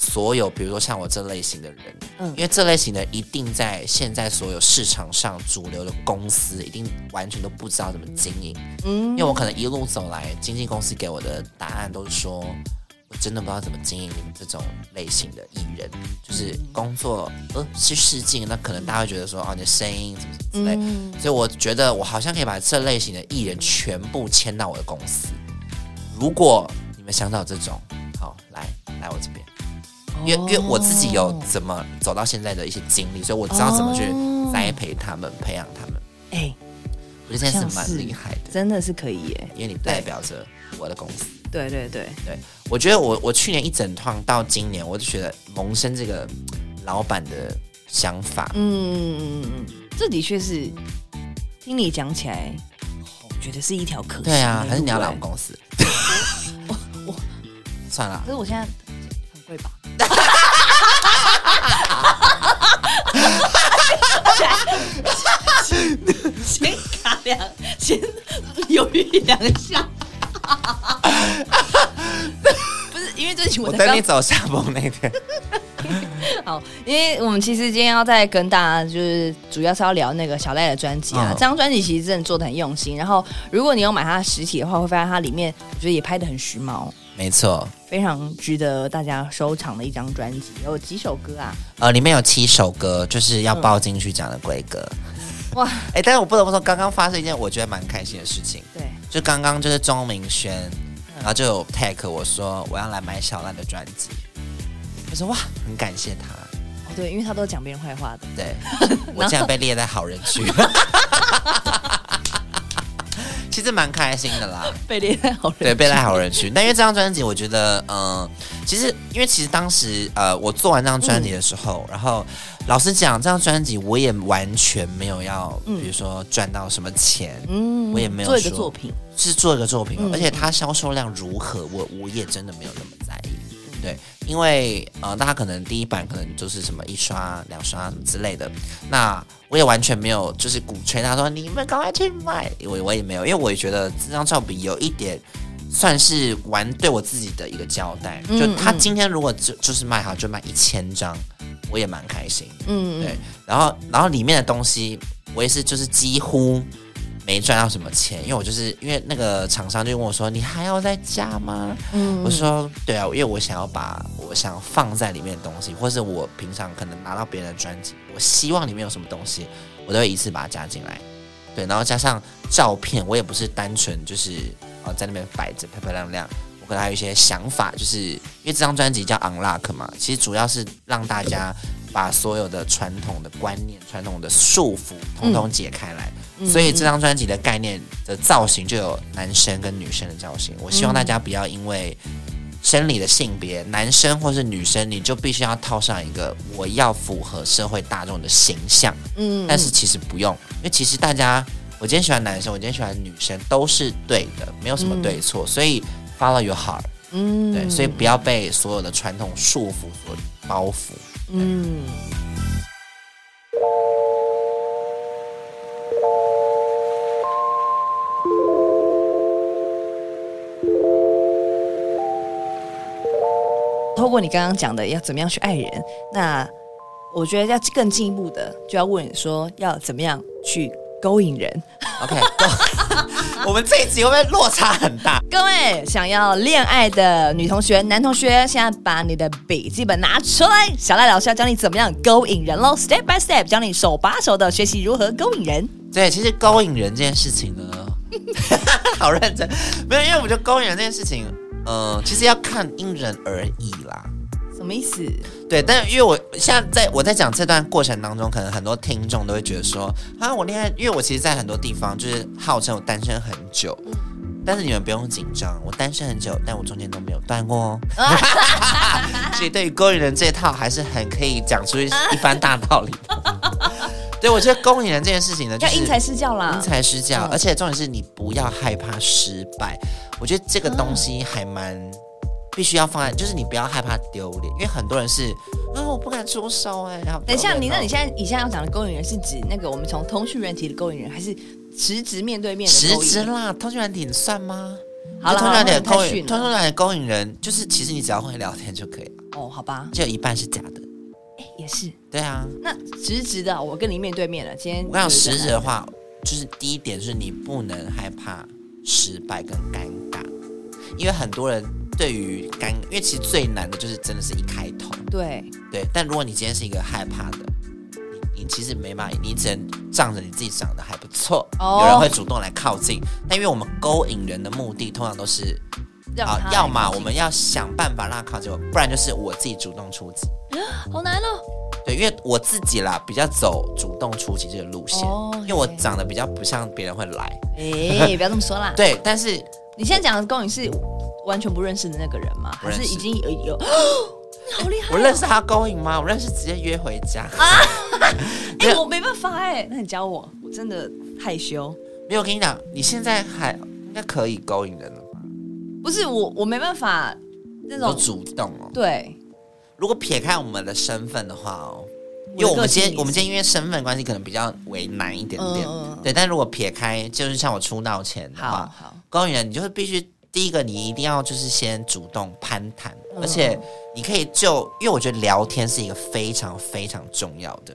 S2: 所有，比如说像我这类型的人，
S1: 嗯
S2: 因为这类型的人一定在现在所有市场上主流的公司，一定完全都不知道怎么经营。
S1: 嗯
S2: 因为我可能一路走来，经纪公司给我的答案都是说，我真的不知道怎么经营你们这种类型的艺人，就是工作呃是试镜，那可能大家会觉得说，哦，你的声音什么什么之类，
S1: 嗯
S2: 所以我觉得我好像可以把这类型的艺人全部签到我的公司。如果你们想找这种，好来来我这边，因为因为我自己有怎么走到现在的一些经历，所以我知道怎么去
S1: 哦
S2: 栽培他们、培养他们。
S1: 哎、
S2: 我觉得现在是
S1: 像
S2: 蛮
S1: 是
S2: 厉害的，
S1: 真的是可以耶、
S2: 因为你代表着我的公司。
S1: 对对对，
S2: 对，我觉得我我去年一整趟到今年，我就觉得萌生这个老板的想法，
S1: 嗯嗯嗯，嗯，这的确是，听你讲起来，我觉得是一条可行的
S2: 对啊，
S1: 路
S2: 还是你要来我们
S1: 哎
S2: 公司？我算了
S1: 可，是我现在很贵吧？
S3: 先卡两，先犹豫两下。不是因为最近我
S2: 我
S3: 才
S2: 等
S3: 刚
S2: 你走下风那天。 <laughs>
S1: 好，因为我们其实今天要再跟大家，就是主要是要聊那个小赖的专辑啊。
S2: 嗯
S1: 这张专辑其实真的做的很用心，然后如果你有买它的实体的话，会发现它里面我觉得也拍的很时髦，
S2: 没错，
S1: 非常值得大家收藏的一张专辑。有几首歌啊？
S2: 呃，里面有七首歌，就是要报进去讲的规格。
S1: 哇
S2: 哇，哎、但是我不得不说，刚刚发生一件我觉得蛮开心的事情，
S1: 对，
S2: 就刚刚就是钟明轩，然后就有 tag 我说我要来买小烂的专辑，我说哇，很感谢他，
S1: 哦对，因为他都讲别人坏话的。
S2: <laughs> 对，我竟然被列在好人 <laughs> 区，其实蛮开心的啦。
S1: 被列在好人
S2: 对，被在好人区。但因为这张专辑，我觉得，嗯、其实因为其实当时呃，我做完这张专辑的时候，然后老实讲，这张专辑我也完全没有要，比如说赚到什么钱，
S1: 嗯
S2: 我也没有
S1: 做一个
S2: 说
S1: 作品，
S2: 是做一个作品，
S1: 嗯
S2: 而且它销售量如何，我我也真的没有那么在意。对，因为呃，大家可能第一版可能就是什么一刷、两刷什么之类的，那我也完全没有就是鼓吹他说你们赶快去买，我我也没有，因为我也觉得这张照片有一点算是玩对我自己的一个交代，
S1: 嗯
S2: 就他
S1: 嗯
S2: 今天如果就就是卖好就卖一千张，我也蛮开心的。
S1: 嗯，
S2: 对，然后然后里面的东西我也是就是几乎没赚到什么钱，因为我就是因为那个厂商就问我说你还要再加吗？
S1: 嗯
S2: 我说对啊，因为我想要把我想放在里面的东西，或是我平常可能拿到别人的专辑，我希望里面有什么东西，我都会一次把它加进来。对，然后加上照片，我也不是单纯就是呃在那边摆着漂漂亮亮，我可能还有一些想法，就是因为这张专辑叫 Unlock 嘛，其实主要是让大家把所有的传统的观念、传统的束缚统统解开来。
S1: 嗯
S2: 所以这张专辑的概念的造型就有男生跟女生的造型。我希望大家不要因为生理的性别，男生或是女生，你就必须要套上一个我要符合社会大众的形象。
S1: 嗯
S2: 但是其实不用，因为其实大家，我今天喜欢男生，我今天喜欢女生，都是对的，没有什么对错。所以 follow your heart，
S1: 嗯
S2: 对，所以不要被所有的传统束缚所包袱。
S1: 嗯。透过你刚刚讲的要怎么样去爱人，那我觉得要更进一步的，就要问你说要怎么样去勾引人。
S2: OK，我们这一集会不会落差很大？
S1: 各位想要恋爱的女同学、男同学，现在把你的笔记本拿出来，小赖老师要教你怎么样勾引人喽，step by step，教你手把手的学习如何勾引人。
S2: 对，其实勾引人这件事情呢， <laughs> 好认呃真，没有，因为我觉得勾引人这件事情，嗯、其实要看因人而异啦。
S1: 什么意思？
S2: 对，但因为我现在在我在讲这段过程当中，可能很多听众都会觉得说啊，我恋爱，因为我其实，在很多地方就是号称我单身很久，但是你们不用紧张，我单身很久，但我中间都没有断过哦。 <laughs> 所以对于勾引人这一套，还是很可以讲出一一番大道理的。对，我觉得勾引人这件事情呢，就
S1: 要
S2: 是
S1: 因材施教啦
S2: 因。材施教，
S1: 嗯
S2: 而且重点是你不要害怕失败。我觉得这个东
S1: 嗯
S2: 西还蛮必须要放在，就是你不要害怕丢脸，因为很多人是啊，我不敢出手哎、好丢脸哦
S1: 等一下，你那你现在以下要讲的勾引人是指那个我们从通讯人体的勾引人，还是实质面对面的
S2: 实
S1: 勾引
S2: 质
S1: 人？
S2: 啦，通讯软体算吗？
S1: 好了，
S2: 就通讯软体的
S1: 好
S2: 勾
S1: 了
S2: 引，通讯软体的勾引人，就是其实你只要会聊天就可以了，
S1: 哦，好吧，
S2: 就有一半是假的。
S1: 也是。
S2: 对啊，
S1: 那实质的，我跟你面对面了。今天
S2: 我跟你讲实质
S1: 质
S2: 的话，就是第一点是你不能害怕失败跟尴尬，因为很多人对于尴，因为其实最难的就是真的是一开头。
S1: 对，
S2: 对，但如果你今天是一个害怕的，你你其实没办法，你只能仗着你自己长得还不错
S1: 哦
S2: 有人会主动来靠近。但因为我们勾引人的目的通常都是
S1: 让
S2: 啊、
S1: 他
S2: 要
S1: 来
S2: 么
S1: 靠
S2: 我
S1: 近
S2: 们要想办法让他靠近我，不然就是我自己主动出击。
S1: <gasps> 好难哦。
S2: <laughs> 对，因为我自己啦，比较走主动出击这个路线
S1: 哦
S2: 因为我
S1: 嘿
S2: 长得比较不像别人会来。
S1: 哎，不要这么说啦。
S2: 对，但是
S1: 你现在讲的勾引是完全不认识的那个人吗？
S2: 不
S1: 还
S2: 认识
S1: 是已经有有？ <gasps> 你好厉害！哦
S2: 我认识他勾引吗？我认识直接约回家。
S1: 啊哎，
S2: 啊
S1: 我没办法哎，那你教我，我真的害羞。
S2: 没有，我跟你讲，你现在还应该可以勾引人了吧？
S1: 不是我，我没办法那
S2: 有
S1: 种
S2: 主动哦。
S1: 对
S2: 如果撇开我们的身份的话哦，
S1: 我的
S2: 因为我
S1: 个
S2: 们今
S1: 性也
S2: 天
S1: 是
S2: 我们今天因为身份关系可能比较为难一点点，
S1: 嗯嗯嗯
S2: 对。但如果撇开，就是像我出道前的
S1: 好
S2: 话，
S1: 好
S2: 高允人，你就是必须第一个，你一定要就是先主动攀谈，
S1: 嗯
S2: 而且你可以就，因为我觉得聊天是一个非常非常重要的，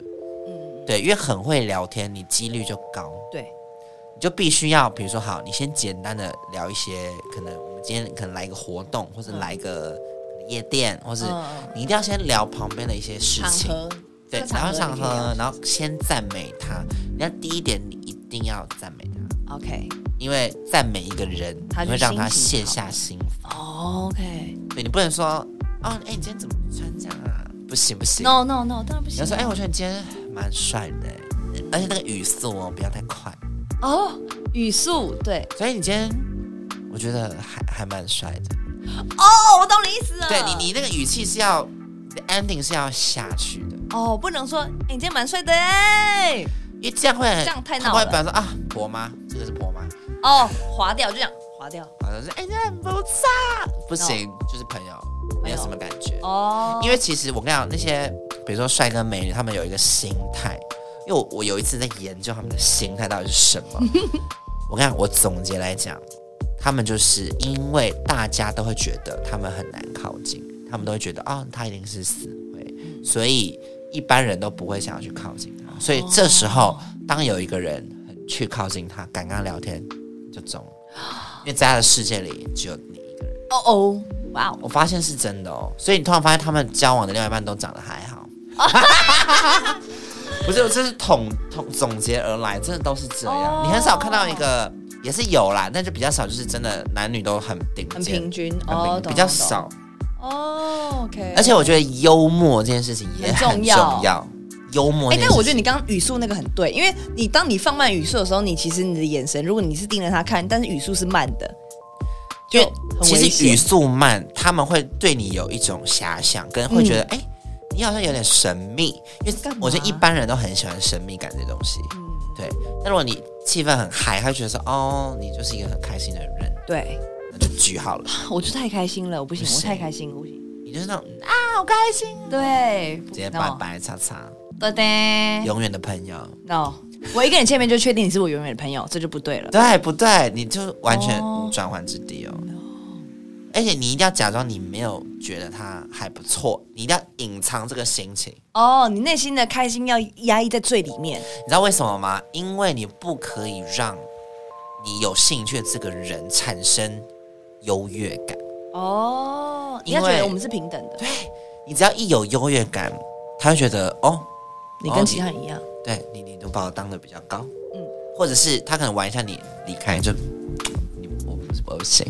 S1: 嗯
S2: 对，因为很会聊天，你几率就高，
S1: 对
S2: 你就必须要，比如说好，你先简单的聊一些，可能我们今天可能来一个活动，或者
S1: 嗯
S2: 来一个夜店，或是。
S1: 嗯
S2: 你一定要先聊旁边的一些事
S1: 场
S2: 情，
S1: 合
S2: 对，
S1: 在
S2: 然后
S1: 场合
S2: 场
S1: 里面聊
S2: 合，然后先赞美他。你要第一点，你一定要赞美他，
S1: OK
S2: 因为赞美一个人，
S1: 他
S2: 你
S1: 就
S2: 会让他
S1: 心
S2: 卸
S1: 情好
S2: 下心防。
S1: 哦 OK
S2: 对你不能说，哦，哎，你今天怎么穿这样啊？不行不行，
S1: No No No 当然不
S2: 你
S1: 行
S2: 要说，哎，我觉得你今天蛮帅的，哎而且那个语速哦，不要太快。
S1: 哦语速对
S2: 所以你今天，我觉得还还蛮帅的。
S1: 哦我懂你意思了
S2: 对你，你那个语气是要你的，ending 是要下去的。
S1: 哦不能说哎你今天蛮帅的哎
S2: 因为这样会很
S1: 这样太
S2: 他
S1: 闹了
S2: 们会本来说啊，婆妈，这个是婆妈，
S1: 哦划掉就这样划掉
S2: 好像是哎，这很不错，啊不行，就是朋友，没有什么感觉。
S1: 哦
S2: 因为其实我跟你讲，那些比如说帅哥美女，他们有一个心态，因为我我有一次在研究他们的心态到底是什么。我跟你讲，我总结来讲，他们就是因为大家都会觉得他们很难靠近，他们都会觉得哦，他一定是死灰，所以一般人都不会想要去靠近他。所以这时候，当有一个人去靠近他，敢跟他聊天，就中了，因为在他的世界里只有你一个人。
S1: 哦哦哇哦
S2: 我发现是真的哦，所以你突然发现他们交往的另外一半都长得还
S1: <laughs>
S2: 好。不是，我这是统统总结而来，真的都是这样。
S1: 哦
S2: 你很少看到一个，也是有啦，但就比较少，就是真的男女都很顶
S1: 很
S2: 尖，
S1: 平均
S2: 很平
S1: 哦懂
S2: 比较
S1: 懂懂
S2: 少。
S1: 哦 OK
S2: 而且我觉得幽默这件事情也
S1: 很
S2: 很
S1: 重
S2: 重
S1: 要
S2: 要，幽
S1: 哎、
S2: 默这件事情。
S1: 但我觉得你刚刚语速那个很对，因为你当你放慢语速的时候，你其实你的眼神，如果你是盯着他看，但是语速是慢的，就
S2: 因为
S1: 很
S2: 其
S1: 危
S2: 实语
S1: 险。
S2: 速慢，他们会对你有一种遐想，跟会觉得哎、诶你好像有点神秘。因为
S1: 嗯干嘛嗯
S2: 我觉得一般人都很喜欢神秘感这东西。对。但如果你气氛很嗨，他会觉得说哦，你就是一个很开心的人，
S1: 对，
S2: 那就举好了。
S1: <laughs> 我就太开心了，我不行，
S2: 不行
S1: 我太开心，我不行。
S2: 你就是那种啊，好开心，
S1: 对，
S2: 直接
S1: no，
S2: 拜拜擦擦，
S1: 对的
S2: 永远的朋友。
S1: ，no，我一跟你见面就确定你是我永远的朋友，这就不对了。
S2: 对不对？你就完全
S1: 哦
S2: 无转换之地哦。而且你一定要假装你没有觉得他还不错，你一定要隐藏这个心情。
S1: 哦，你内心的开心要压抑在最里面。
S2: 你知道为什么吗？因为你不可以让你有兴趣的这个人产生优越感。
S1: 哦，你
S2: 因
S1: 要
S2: 为
S1: 觉得我们是平等的，
S2: 对你只要一有优越感，他会觉得哦，
S1: 你跟其他人一样。
S2: 对你，你都把我当的比较高，
S1: 嗯
S2: 嗯，或者是他可能玩一下你离开就你我我不行，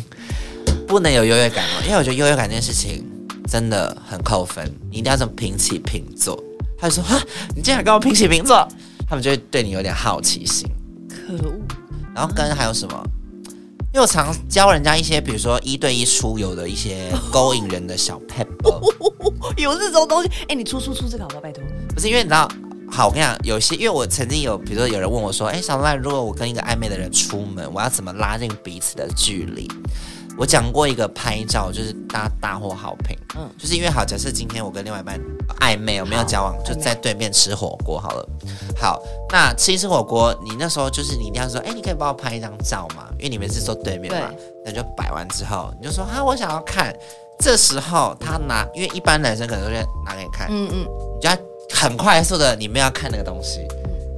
S2: 不能有优越感哦，因为我觉得优越感这件事情真的很扣分，你一定要这么平起平坐。他就说哈，你竟然跟我平起平坐，他们就会对你有点好奇心。
S1: 可恶，
S2: 然后跟还有什么？因为我常教人家一些，比如说一对一出游的一些勾引人的小 p e
S1: <laughs>
S2: p
S1: 有这种东西，哎、你出出出这个好不好？拜托，
S2: 不是因为你知道，好，我跟你讲，有些因为我曾经有，比如说有人问我说，哎、小赖，如果我跟一个暧昧的人出门，我要怎么拉近彼此的距离？我讲过一个拍照，就是大大获好评，嗯
S1: 嗯，
S2: 就是因为好，假设今天我跟另外一半呃暧昧，我没有交往，就在对面吃火锅好了。好，那吃一次火锅，你那时候就是你一定要说，哎、你可以帮我拍一张照吗？因为你们是坐对面嘛，那你就摆完之后，你就说，哈，我想要看。这时候他拿，因为一般男生可能会拿给你看，
S1: 嗯嗯，
S2: 你就要很快速的，你们要看那个东西，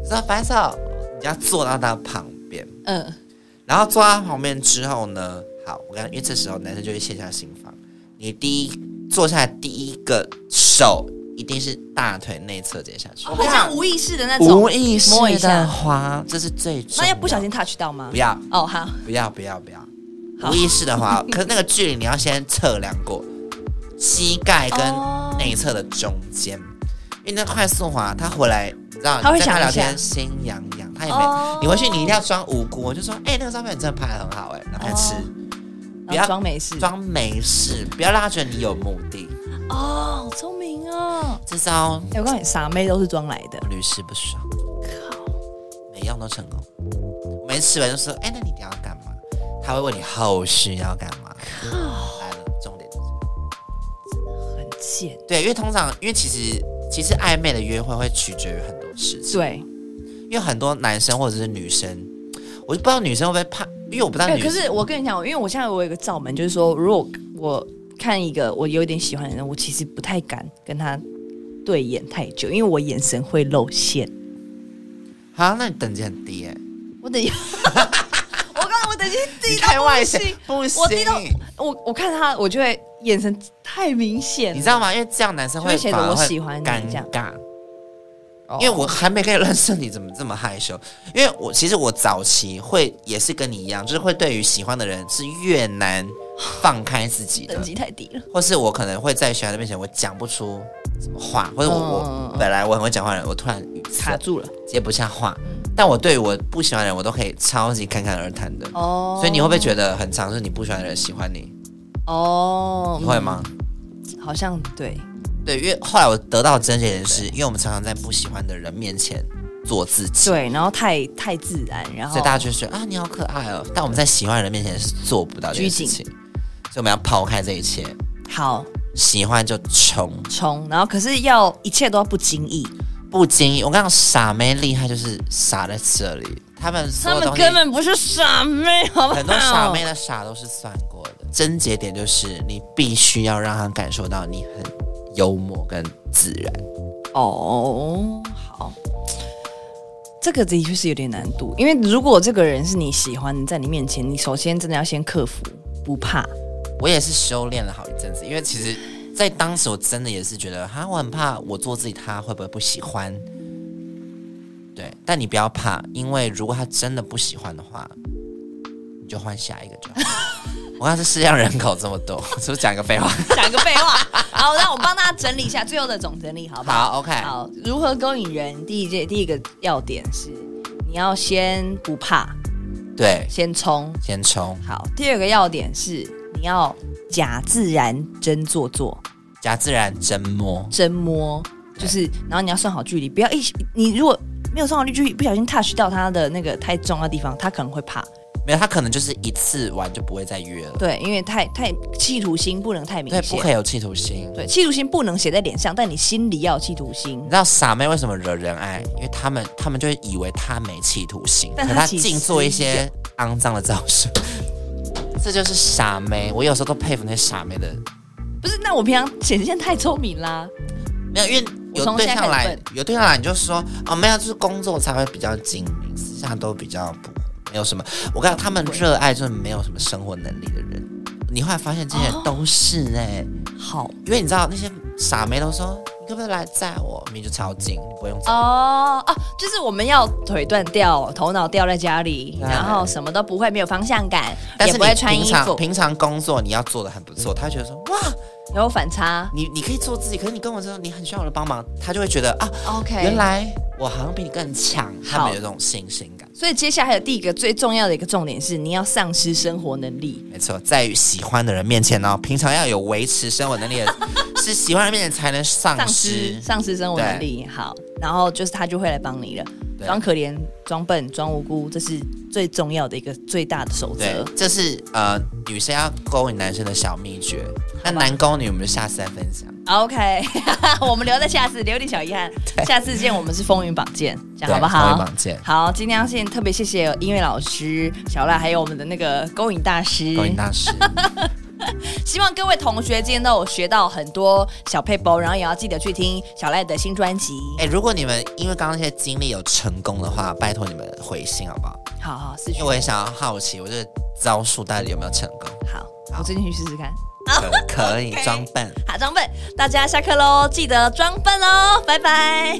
S2: 知道反手，你就要坐到他旁边，
S1: 嗯，
S2: 然后坐到他旁边之后呢，好，我跟你讲因为这时候男生就会卸下心防，你第一坐下来第一个手一定是大腿内侧接下去，
S1: 哦好像无意识的那种，
S2: 无意识
S1: 摸一
S2: 的
S1: 下
S2: 滑，这是最重
S1: 那要不小
S2: 的
S1: 心 touch 到吗
S2: 不？要
S1: 哦，好，
S2: 不要不要不要，
S1: 好
S2: 无意识
S1: <laughs>
S2: 的滑，可是那个距离你要先测量过膝盖跟
S1: 哦
S2: 内侧的中间，因为那快速滑，他回来，你知道，
S1: 他会
S2: 你跟他
S1: 想一
S2: 聊
S1: 下
S2: 天心痒痒，他也没，
S1: 哦
S2: 你回去你一定要装无辜，就说，哎、那个照片你真的拍的很好、哎，然后他吃，不
S1: 然后
S2: 要
S1: 哦装没事，
S2: 装没事，不要让他觉得你有目的，
S1: 哦，好聪明哦。
S2: 这招
S1: 哎我告诉你，傻妹都是装来的。
S2: 屡试不爽，每样都成功，没吃完就说，哎、那你等一下要干嘛？他会问你后续要干嘛，来了，重点。
S1: 很贱。
S2: 对，因为通常，因为其实其实暧昧的约会会取决于很多事情，
S1: 对，
S2: 因为很多男生或者是女生，我就不知道女生会不会怕，因为我不知道
S1: 哎
S2: 女
S1: 可
S2: 生，
S1: 是我跟你讲，因为我现在我有一个罩门，就是说，如果我看一个我有点喜欢的人，我其实不太敢跟他对眼太久，因为我眼神会露馅。
S2: 啊，那你等级很低哎、
S1: 我 <laughs> 等一下，我刚才我等一下
S2: 你
S1: 低
S2: 太
S1: 到
S2: 外
S1: 外
S2: 向
S1: 向，
S2: 不行
S1: 我，低到我我看他，我就会眼神太明显了，
S2: 你知道吗？因为这样男生会
S1: 就会显得
S2: 反而
S1: 我
S2: 会
S1: 喜欢你
S2: 尴
S1: 这样
S2: 尬。
S1: 哦？
S2: 因为我还没跟你认识，你怎么这么害羞？因为我其实我早期会也是跟你一样，就是会对于喜欢的人是越难放开自己
S1: <laughs>
S2: 的
S1: 等，级太低了，
S2: 或是我可能会在喜欢的面前我讲不出什么话，或者我、
S1: 嗯嗯
S2: 我
S1: 嗯
S2: 本来我很会讲话的人，我突然语塞
S1: 卡住了
S2: 接不下话，但我对我不喜欢的人，我都可以超级侃侃而谈的。
S1: 哦嗯
S2: 所以你会不会觉得很常是你不喜欢的人喜欢你？
S1: 哦
S2: 你会？吗？
S1: 嗯好像对，
S2: 对，因为后来我得到的真解是，因为我们常常在不喜欢的人面前做自己，
S1: 对，然后太太自然，然
S2: 所
S1: 后
S2: 以大家就觉得啊你好可爱哦，但我们在喜欢的人面前是做不到这件事
S1: 拘
S2: 情，所以我们要抛开这一切，
S1: 好
S2: 喜欢就冲，
S1: 冲，然后可是要一切都要不经意，
S2: 不经意。我跟你讲，傻妹厉害就是傻在这里，他们所
S1: 他
S2: 有
S1: 们
S2: 东西
S1: 根本不是傻妹，好不好？
S2: 很多傻妹的傻都是算过的。症结点就是你必须要让他感受到你很幽默跟自然。
S1: 哦，好，这个的确是有点难度，因为如果这个人是你喜欢的，在你面前，你首先真的要先克服不怕，
S2: 我也是修炼了好一阵子，因为其实，在当时我真的也是觉得，哈，我很怕我做自己，他会不会不喜欢？对，但你不要怕，因为如果他真的不喜欢的话，你就换下一个就好。我看这世界上人口这么多，是不是讲一个废话？
S1: 讲个废话。 <laughs> 好，那我帮大家整理一下最后的总整理，好不好？
S2: 好，OK，
S1: 好，如何勾引人？第一件第一个要点是，你要先不怕，
S2: 对，
S1: 先冲。
S2: 先冲
S1: 好，第二个要点是，你要假自然，真做作。
S2: 假自然真摸，
S1: 真摸，就是然后你要算好距离，不要一你如果没有算好距离，不小心 touch 到他的那个太重要的地方，他可能会怕。
S2: 没有他可能就是一次玩就不会再约了。
S1: 对，因为太太企图心不能太明
S2: 对，不
S1: 显。
S2: 可以有企图心。
S1: 对，企图心不能写在脸上，但你心里要有企图心
S2: 你。知道傻妹为什么惹人爱？因为他们他们就会以为她没企图心，
S1: 但
S2: 可
S1: 她
S2: 她
S1: 其
S2: 尽
S1: 实
S2: 做一些肮脏的招数。 <laughs> 这就是傻妹，我有时候都佩服那些傻妹的，
S1: 不是，那我平常显现太聪明啦。
S2: 没有，因为有
S1: 我从
S2: 对
S1: 现在
S2: 象
S1: 开始
S2: 来
S1: 笨，
S2: 有对象来你就说哦，没有，就是工作才会比较精明，私下都比较不没有什么。我跟你讲，他们热爱就是没有什么生活能力的人，你后来发现这些人都是哎、
S1: 好，
S2: 因为你知道那些傻妹都说你可不可以来载我？明明就超近，你不会用走。
S1: 哦啊，就是我们要腿断掉，头脑掉在家里，
S2: 对
S1: 然后什么都不会，没有方向感，
S2: 啊但
S1: 也
S2: 是
S1: 不会
S2: 你
S1: 穿
S2: 平
S1: 衣
S2: 常
S1: 服，
S2: 平常工作你要做的很不错，他会觉得说哇，
S1: 有反差。
S2: 你你可以做自己，可是你跟我说你很需要我的帮忙，他就会觉得啊，
S1: OK，
S2: 原来我好像比你更强，他们有这种信心感。
S1: 所以接下来的第一个最重要的一个重点是，你要丧失生活能力。
S2: 没错，在于喜欢的人面前呢、平常要有维持生活能力的，是喜欢的人面前才能丧
S1: 丧
S2: 失
S1: 失。丧失生活能力，好，然后就是他就会来帮你了。
S2: 对
S1: 装可怜、装笨、装无辜，这是最重要的一个最大的守
S2: 对
S1: 则。，
S2: 这是呃女生要勾引男生的小秘诀。那男勾女，我们就下次再分享。
S1: OK，我 <laughs> 们留在下次，留点小遗憾。下次见，我们是风云榜见，这样好不
S2: 对各位
S1: 好？
S2: 绑件，
S1: 好，今天要先特别谢谢音乐老师小赖，还有我们的那个勾引大师。
S2: 勾引大师。
S1: 嗯希望各位同学今天都有学到很多小配包，然后也要记得去听小赖的新专辑。
S2: 哎、如果你们因为刚刚那些经历有成功的话，拜托你们回信好不好？
S1: 好好，私
S2: 因
S1: 讯
S2: 为我也想要好奇，我这个招数到底有没有成功？
S1: 好，我最近去试试看。 <laughs>
S2: 可可以
S1: OK
S2: 装笨。
S1: 好，装笨，大家下课喽，记得装笨哦，拜拜。